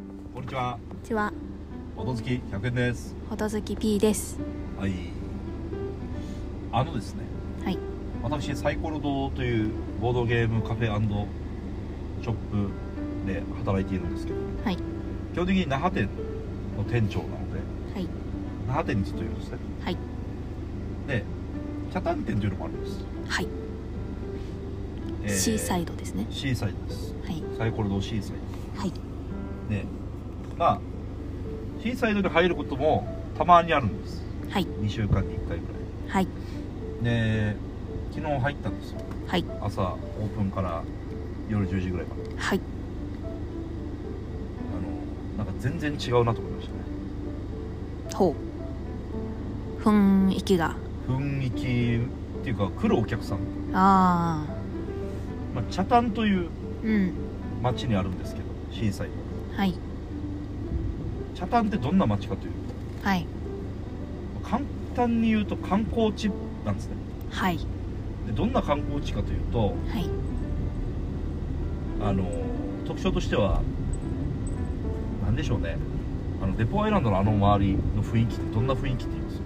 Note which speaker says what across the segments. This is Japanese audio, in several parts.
Speaker 1: か
Speaker 2: こんにちは、
Speaker 1: 音月100円です
Speaker 2: ほとずき P です。
Speaker 1: はいあのですね
Speaker 2: はい。
Speaker 1: 私サイコロ堂というボードゲームカフェショップで働いているんですけど
Speaker 2: はい。
Speaker 1: 基本的に那覇店の店長なので
Speaker 2: はい。
Speaker 1: 那覇店にずっといるんですね
Speaker 2: はい。
Speaker 1: で北谷店というのもあるんです、
Speaker 2: はい。
Speaker 1: えー
Speaker 2: シーサイドですね。
Speaker 1: シーサイドです
Speaker 2: はい。
Speaker 1: サイコロ堂シーサイド
Speaker 2: はい。
Speaker 1: でまあシーサイドに入ることもたまにあるんです
Speaker 2: はい。
Speaker 1: 2週間に1回ぐら
Speaker 2: はい。
Speaker 1: いで昨日入ったんですよ
Speaker 2: はい。
Speaker 1: 朝オープンから夜10時ぐらいまで
Speaker 2: はい。
Speaker 1: あのなんか全然違うなと思いましたね
Speaker 2: ほう。雰囲気が。
Speaker 1: 雰囲気っていうか来るお客さん、
Speaker 2: ああ。
Speaker 1: まあ、茶炭という
Speaker 2: うん。
Speaker 1: 町にあるんですけどシーサイド
Speaker 2: はい。
Speaker 1: 茶炭ってどんな町かという
Speaker 2: はい。
Speaker 1: と簡単に言うと観光地なんですね
Speaker 2: はい。
Speaker 1: でどんな観光地かというと
Speaker 2: はい。
Speaker 1: あの特徴としては何でしょうねあのデポアイランドのあの周りの雰囲気ってどんな雰囲気って言います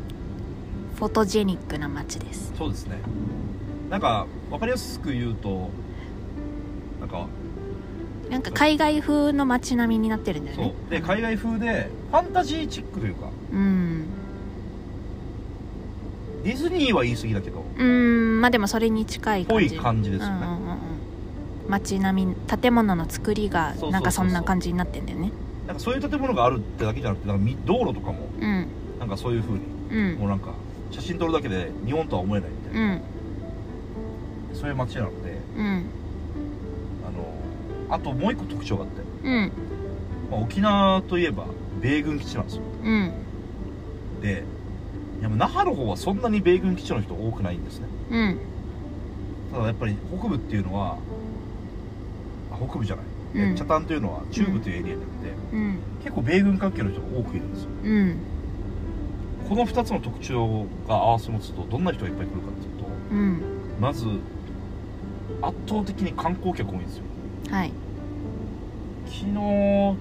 Speaker 2: フォトジェニックな街です。
Speaker 1: そうですねなんか分かりやすく言うとなんか
Speaker 2: なんか海外風の街並みになってるんだよ
Speaker 1: そ
Speaker 2: ね。
Speaker 1: うで海外風でファンタジーチックというか
Speaker 2: うん。
Speaker 1: ディズニーは言い過ぎだけど
Speaker 2: うん。まあでもそれに近い感
Speaker 1: ぽ
Speaker 2: じ。
Speaker 1: い感じですよ
Speaker 2: うんうん
Speaker 1: ね、
Speaker 2: うんうん。街並み、建物の作り
Speaker 1: そう
Speaker 2: が
Speaker 1: そうそうそう
Speaker 2: なんかそんな感じになってんだよね。
Speaker 1: なんかそういう建物があるってだけじゃなくてなんかみ道路とかも
Speaker 2: うん。
Speaker 1: なんかそういう風に
Speaker 2: うん
Speaker 1: も。うなんか写真撮るだけで日本とは思えないみたいな、
Speaker 2: うん。
Speaker 1: そういう街なので
Speaker 2: うん。
Speaker 1: あのあともう一個特徴があって
Speaker 2: うん。
Speaker 1: まあ、沖縄といえば米軍基地なんですよ
Speaker 2: うん。
Speaker 1: でいやもう那覇の方はそんなに米軍基地の人多くないんですね
Speaker 2: うん。
Speaker 1: ただやっぱり北部っていうのはあ北部じゃない、え
Speaker 2: うん
Speaker 1: 北谷というのは中部というエリアになって、
Speaker 2: うん。
Speaker 1: 結構米軍関係の人が多くいるんですよ
Speaker 2: うん。
Speaker 1: この2つの特徴が合わせ持つとどんな人がいっぱい来るかっていうと
Speaker 2: うん。
Speaker 1: まず圧倒的に観光客多いんですよ
Speaker 2: はい。
Speaker 1: 昨日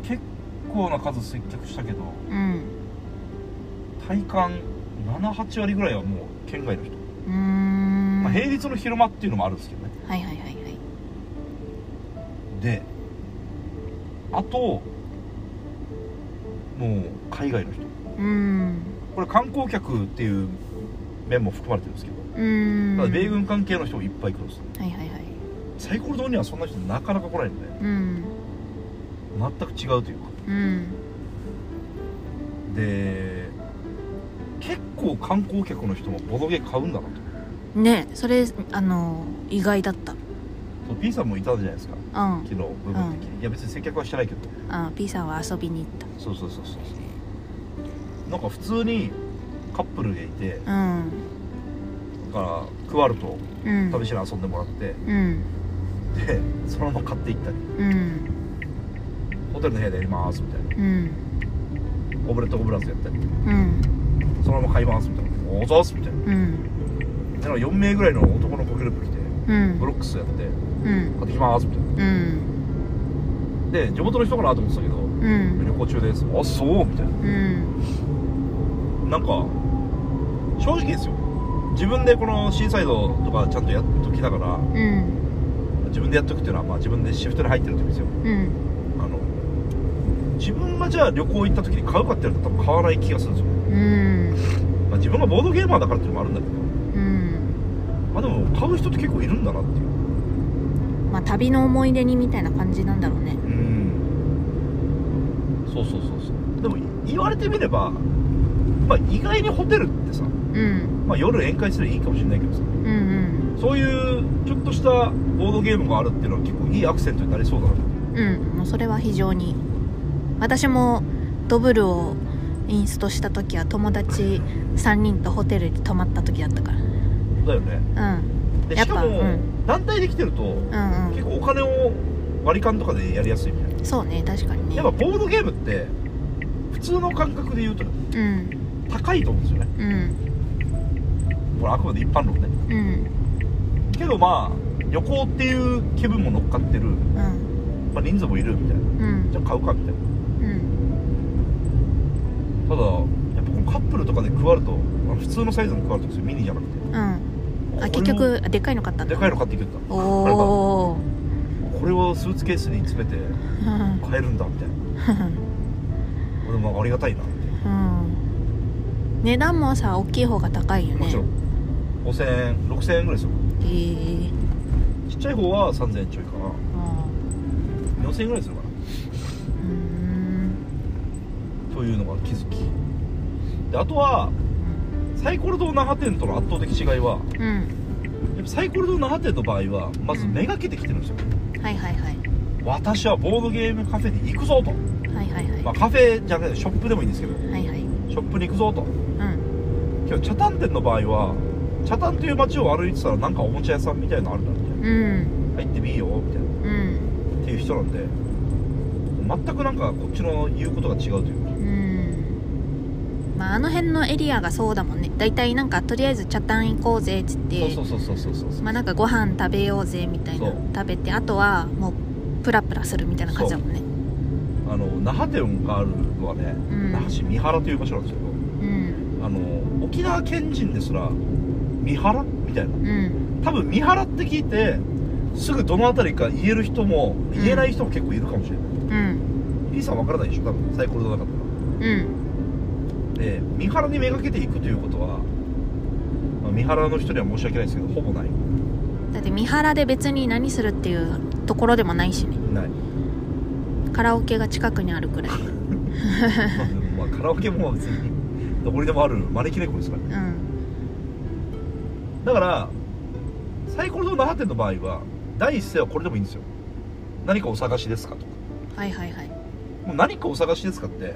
Speaker 1: 結構な数接客したけど
Speaker 2: うん。
Speaker 1: 体感78割ぐらいはもう県外の人
Speaker 2: うーん。
Speaker 1: まあ、
Speaker 2: はい
Speaker 1: 平日の昼間っていうのもあるんですけどね
Speaker 2: はいはいはい。
Speaker 1: であともう海外の人
Speaker 2: うん。
Speaker 1: これ観光客っていう面も含まれてるんですけど
Speaker 2: うん。
Speaker 1: ただ米軍関係の人もいっぱい来るんですよ
Speaker 2: はいはいはい。
Speaker 1: サイコロ堂にはそんな人なかなか来ないので
Speaker 2: うん。
Speaker 1: 全く違うというか
Speaker 2: うん。
Speaker 1: で結構観光客の人もボドゲ買うんだなと
Speaker 2: ね、それ、あの、意外だった。
Speaker 1: そう P さんもいたじゃないですか
Speaker 2: うん。
Speaker 1: 昨日部分的に、いや別に接客はしてないけど
Speaker 2: あ、P さんは遊びに行っ
Speaker 1: そうそうそうそうそうなんか普通にカップルでいて、
Speaker 2: た。うん。
Speaker 1: だからクワルト
Speaker 2: うん。
Speaker 1: 試しに遊んでもらって、
Speaker 2: うん。
Speaker 1: でそのまま買っていったり
Speaker 2: うん。
Speaker 1: ホテルの部屋でやりますみたいな
Speaker 2: うん。
Speaker 1: オブレットオブラーズやったり
Speaker 2: うん。
Speaker 1: そのまま買いますみたいなおざっすみたいな
Speaker 2: うん。
Speaker 1: でなんか4名ぐらいの男の子グループ来て
Speaker 2: うん
Speaker 1: ブ。ロックスやって買
Speaker 2: うん。
Speaker 1: ってきますみたい
Speaker 2: うん。
Speaker 1: なで地元の人かなと思ってたけど
Speaker 2: うん。うん。
Speaker 1: 旅行中ですあそうみたいななんか正直ですよ自分でこのシーサイドとかちゃんとやっときながら
Speaker 2: うん。
Speaker 1: 自分でやっとくっていうのは、まあ、自分でシフトに入ってる時ですよ
Speaker 2: うん。
Speaker 1: あの自分がじゃあ旅行行った時に買うかって言われたら多分買わない気がするんですよ、
Speaker 2: うん。
Speaker 1: まあ、自分がボードゲーマーだからっていうのもあるんだけど、
Speaker 2: うん。
Speaker 1: まあ、でも買う人って結構いるんだなっていう
Speaker 2: まあ、旅の思い出にみたいな感じなんだろうね。
Speaker 1: うんそうそうそうそうでも言われてみれば、まあ、意外にホテルってさ、
Speaker 2: うん。
Speaker 1: まあ、夜宴会すればいいかもしれないけどさ
Speaker 2: うん。うん。
Speaker 1: そういうちょっとしたボードゲームがあるっていうのは結構いいアクセントになりそうだなって
Speaker 2: うんもうそれは非常に私もドブルをインストした時は友達3人とホテルに泊まった時だったか
Speaker 1: だよね
Speaker 2: らうん
Speaker 1: で
Speaker 2: や
Speaker 1: し
Speaker 2: っ
Speaker 1: か
Speaker 2: ぱ
Speaker 1: も、
Speaker 2: うん
Speaker 1: 団体で来てると、
Speaker 2: うん
Speaker 1: 結構お金を割り勘とかでやりやすいみたいな
Speaker 2: うんそうね確かにね
Speaker 1: やっぱボードゲームって普通の感覚で言うと
Speaker 2: うん
Speaker 1: 高いと思うんですよね
Speaker 2: うん
Speaker 1: これあくまで一般論ね
Speaker 2: うん
Speaker 1: けどまあ旅行っていう気分も乗っかってる、
Speaker 2: うん
Speaker 1: まあ、人数もいるみたいな
Speaker 2: うん
Speaker 1: じゃあ買うかみたいな
Speaker 2: うん
Speaker 1: ただやっぱこのカップルとかで加わるとあの普通のサイズの加わるとですよミニじゃなくて
Speaker 2: う
Speaker 1: こ
Speaker 2: ん
Speaker 1: れ
Speaker 2: あ
Speaker 1: も
Speaker 2: 結局あでかいの買ったんだ
Speaker 1: でかいの買ってきてた
Speaker 2: お
Speaker 1: こ
Speaker 2: おー
Speaker 1: れをスーツケースに詰めて
Speaker 2: うん
Speaker 1: 買えるんだみたいな これもありがたいなって
Speaker 2: うん値段もさ大きい方が高いよね
Speaker 1: もちろん5000円6000円ぐらいですよ
Speaker 2: えー
Speaker 1: ちっちゃい方は3000円ちょいかな
Speaker 2: あ
Speaker 1: 4000円ぐらいするかな
Speaker 2: ーうーん
Speaker 1: というのが気づきであとはサイコロと那覇店との圧倒的違いは
Speaker 2: うん
Speaker 1: やっぱサイコロと那覇店の場合はまずめがけてきてるんですよ
Speaker 2: はいはいはい
Speaker 1: 私はボードゲームカフェに行くぞと、
Speaker 2: はいはいはい
Speaker 1: まあ、カフェじゃなくてショップでもいいんですけど
Speaker 2: はいはい
Speaker 1: ショップに行くぞと
Speaker 2: うん
Speaker 1: 今日チャタン店の場合はチャタンという街を歩いてたらなんかおもちゃ屋さんみたいなのあるなみたい
Speaker 2: うん
Speaker 1: な入ってみいよみたいな
Speaker 2: うん
Speaker 1: っていう人なんで全くなんかこっちの言うことが違うというか
Speaker 2: うんまああの辺のエリアがそうだもんね大体なんかとりあえず茶炭行こうぜっつって
Speaker 1: そうそうそうそうそうそう
Speaker 2: まあなんかご飯食べようぜみたいな
Speaker 1: そう
Speaker 2: 食べてあとはもうプラプラするみたいな感じだもんね
Speaker 1: あの那覇店があるのはね、
Speaker 2: ん
Speaker 1: 那覇市三原という場所なんですけ
Speaker 2: うん
Speaker 1: どあの沖縄県人ですら三原みたいな
Speaker 2: うん
Speaker 1: 多分三原って聞いてすぐどの辺りか言える人も
Speaker 2: ん
Speaker 1: 言えない人も結構いるかもしれない、
Speaker 2: うん
Speaker 1: B さん分からないでしょ多分サイコロじゃなかったら
Speaker 2: うん
Speaker 1: で三原にめがけていくということは、まあ、三原の人には申し訳ないですけどほぼない
Speaker 2: だって三原で別に何するっていうところでもないしね
Speaker 1: ない、
Speaker 2: カラオケが近くにあるくらい
Speaker 1: まあでもまあ、カラオケも別にどこにでもある招き猫ですからね
Speaker 2: うん
Speaker 1: だからサイコロの那覇店の場合は第一声はこれでもいいんですよ何かお探しですかとか
Speaker 2: はいはいはい
Speaker 1: もう何かお探しですかって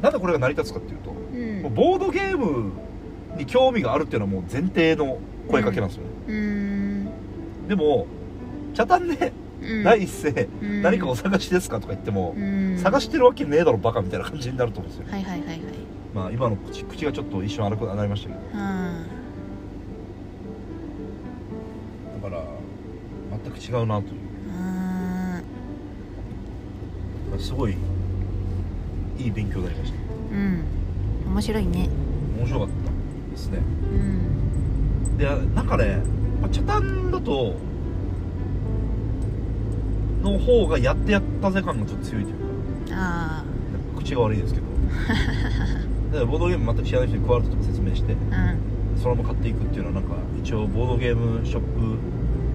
Speaker 1: なんでこれが成り立つかっていうとも
Speaker 2: う
Speaker 1: うんボードゲームに興味があるっていうのはもう前提の声かけなんですよね、
Speaker 2: うーん
Speaker 1: でも茶炭で
Speaker 2: うん
Speaker 1: 第一声、
Speaker 2: うん
Speaker 1: 何かお探しですかとか言っても、
Speaker 2: うん
Speaker 1: 探してるわけねえだろバカみたいな感じになると思うんですよ、
Speaker 2: はいはいはいはい
Speaker 1: まあ、今の口口がちょっと一瞬荒くなりましたけど
Speaker 2: うん
Speaker 1: だから全く違うなというすごいいい勉強になりました
Speaker 2: うんうん面白いね
Speaker 1: 面白かったですね
Speaker 2: うん
Speaker 1: でなんかねまあチャタンだとの方がやってやったぜ感がちょっと強いというか
Speaker 2: あ
Speaker 1: 口が悪いですけどだ からボードゲーム全く知らない人に加わるとか説明して
Speaker 2: あ
Speaker 1: そのまま買っていくっていうのはなんか一応ボードゲームショップ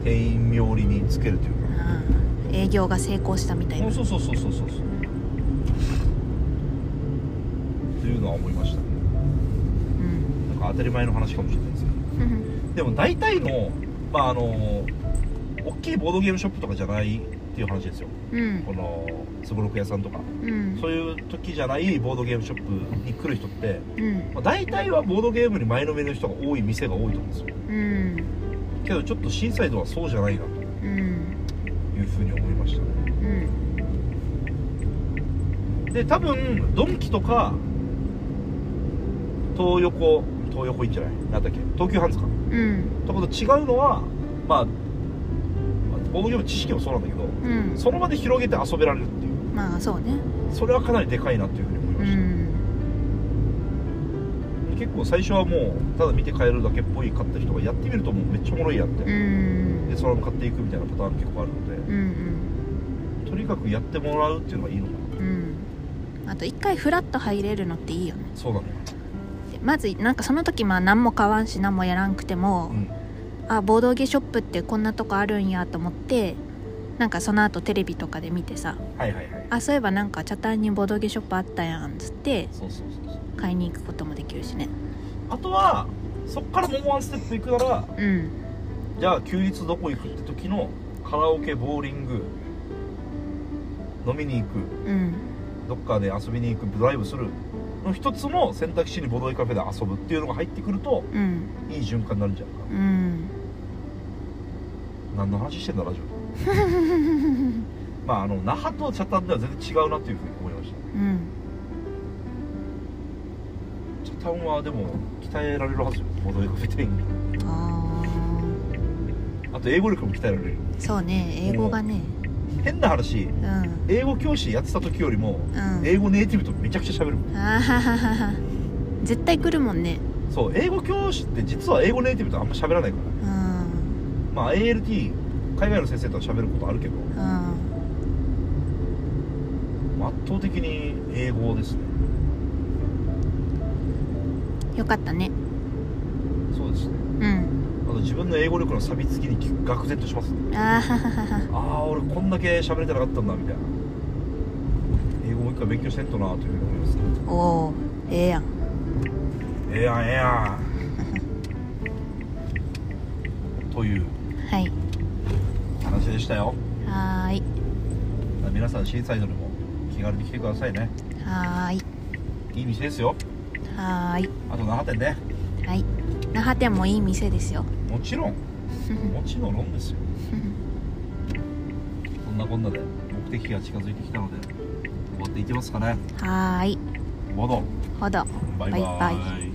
Speaker 1: 店員冥利につけるという
Speaker 2: うんあー営業が成功したみたい
Speaker 1: か
Speaker 2: な
Speaker 1: そうそうそうそうそうそうというのは思いましたね
Speaker 2: うん
Speaker 1: なんか当たり前の話かもしれないですけど
Speaker 2: うん
Speaker 1: でも大体のまああの大きいボードゲームショップとかじゃないっていう話ですよ
Speaker 2: うん
Speaker 1: このすごろく屋さんとか
Speaker 2: うん
Speaker 1: そういう時じゃないボードゲームショップに来る人って、
Speaker 2: うん
Speaker 1: まあ、大体はボードゲームに前のめりの人が多い店が多いと思うんですよ
Speaker 2: うん
Speaker 1: けどちょっとシーサイドはそうじゃないなと
Speaker 2: うん
Speaker 1: いうふうに思いましたね
Speaker 2: うん
Speaker 1: で多分ドンキとか東横東横いんじゃないなんだっけ東急ハンズか
Speaker 2: うん
Speaker 1: とこと違うのはまあボードゲーム知識もそうなんだけど
Speaker 2: うん
Speaker 1: その場で広げて遊べられるっていう
Speaker 2: まあそうね
Speaker 1: それはかなりでかいなというふうに思いうました、
Speaker 2: ん
Speaker 1: 結構最初はもうただ見て買えるだけっぽい買った人がやってみるともうめっちゃおもろいやって、
Speaker 2: うん
Speaker 1: でそのまま買っていくみたいなパターン結構あるの
Speaker 2: うんうん
Speaker 1: でとにかくやってもらうっていうのがいいのかな
Speaker 2: うんあと一回フラッと入れるのっていいよね
Speaker 1: そうだね
Speaker 2: でまずなんかその時まあ何も買わんし何もやらんくても、
Speaker 1: ん
Speaker 2: あボードゲショップってこんなとこあるんやと思ってなんかその後テレビとかで見てさ
Speaker 1: はいはいはい
Speaker 2: あそういえばなんかチャタンにボードゲショップあったやんっつって
Speaker 1: そうそうそうそう
Speaker 2: 買いに行くこともできるしね
Speaker 1: あとはそっからもうワンステップ行くなら
Speaker 2: うん
Speaker 1: じゃあ休日どこ行くって時のカラオケボーリング飲みに行く
Speaker 2: うん
Speaker 1: どっかで遊びに行くドライブするの一つの選択肢にボドゲカフェで遊ぶっていうのが入ってくると
Speaker 2: うん
Speaker 1: いい循環になるんじゃないか
Speaker 2: うん
Speaker 1: な何の話してんだラジオ でまああの那覇とチャタンでは全然違うなというふうに思いまし
Speaker 2: うん
Speaker 1: たチャタンはでも鍛えられるはずよボドゲカフェ店員
Speaker 2: あ
Speaker 1: あと英語力も鍛えられる
Speaker 2: ーそうね英語がね
Speaker 1: 変な話
Speaker 2: うん
Speaker 1: 英語教師やってた時よりも、
Speaker 2: うん
Speaker 1: 英語ネイティブとめちゃくちゃ喋るもん
Speaker 2: あはははは絶対来るもんね
Speaker 1: そう英語教師って実は英語ネイティブとあんま喋らないから
Speaker 2: うん
Speaker 1: まあ ALT 海外の先生とは喋ることあるけど
Speaker 2: うん
Speaker 1: まあ圧倒的に英語ですね
Speaker 2: よかったね
Speaker 1: そうですね
Speaker 2: うん
Speaker 1: あと自分の英語力の錆びつきに愕然としますね
Speaker 2: あはははは
Speaker 1: ああ俺こんだけ喋れてなかったんだみたいな英語もう一回勉強せんとなというふうに思いますね
Speaker 2: おおええやん
Speaker 1: ええやんええやん という
Speaker 2: はい
Speaker 1: 話でしたよ
Speaker 2: はーい
Speaker 1: 皆さんシーサイドにも気軽に来てくださいね
Speaker 2: はーい
Speaker 1: いい店ですよ
Speaker 2: はーい
Speaker 1: あと7点ね
Speaker 2: はい那覇店もいい店です よ
Speaker 1: もちろんもちろん論ですよそんなこんなで目的が近づいてきたので終わっていきますかね
Speaker 2: はーい
Speaker 1: ボード
Speaker 2: ほど
Speaker 1: バイバ
Speaker 2: バイバ
Speaker 1: イ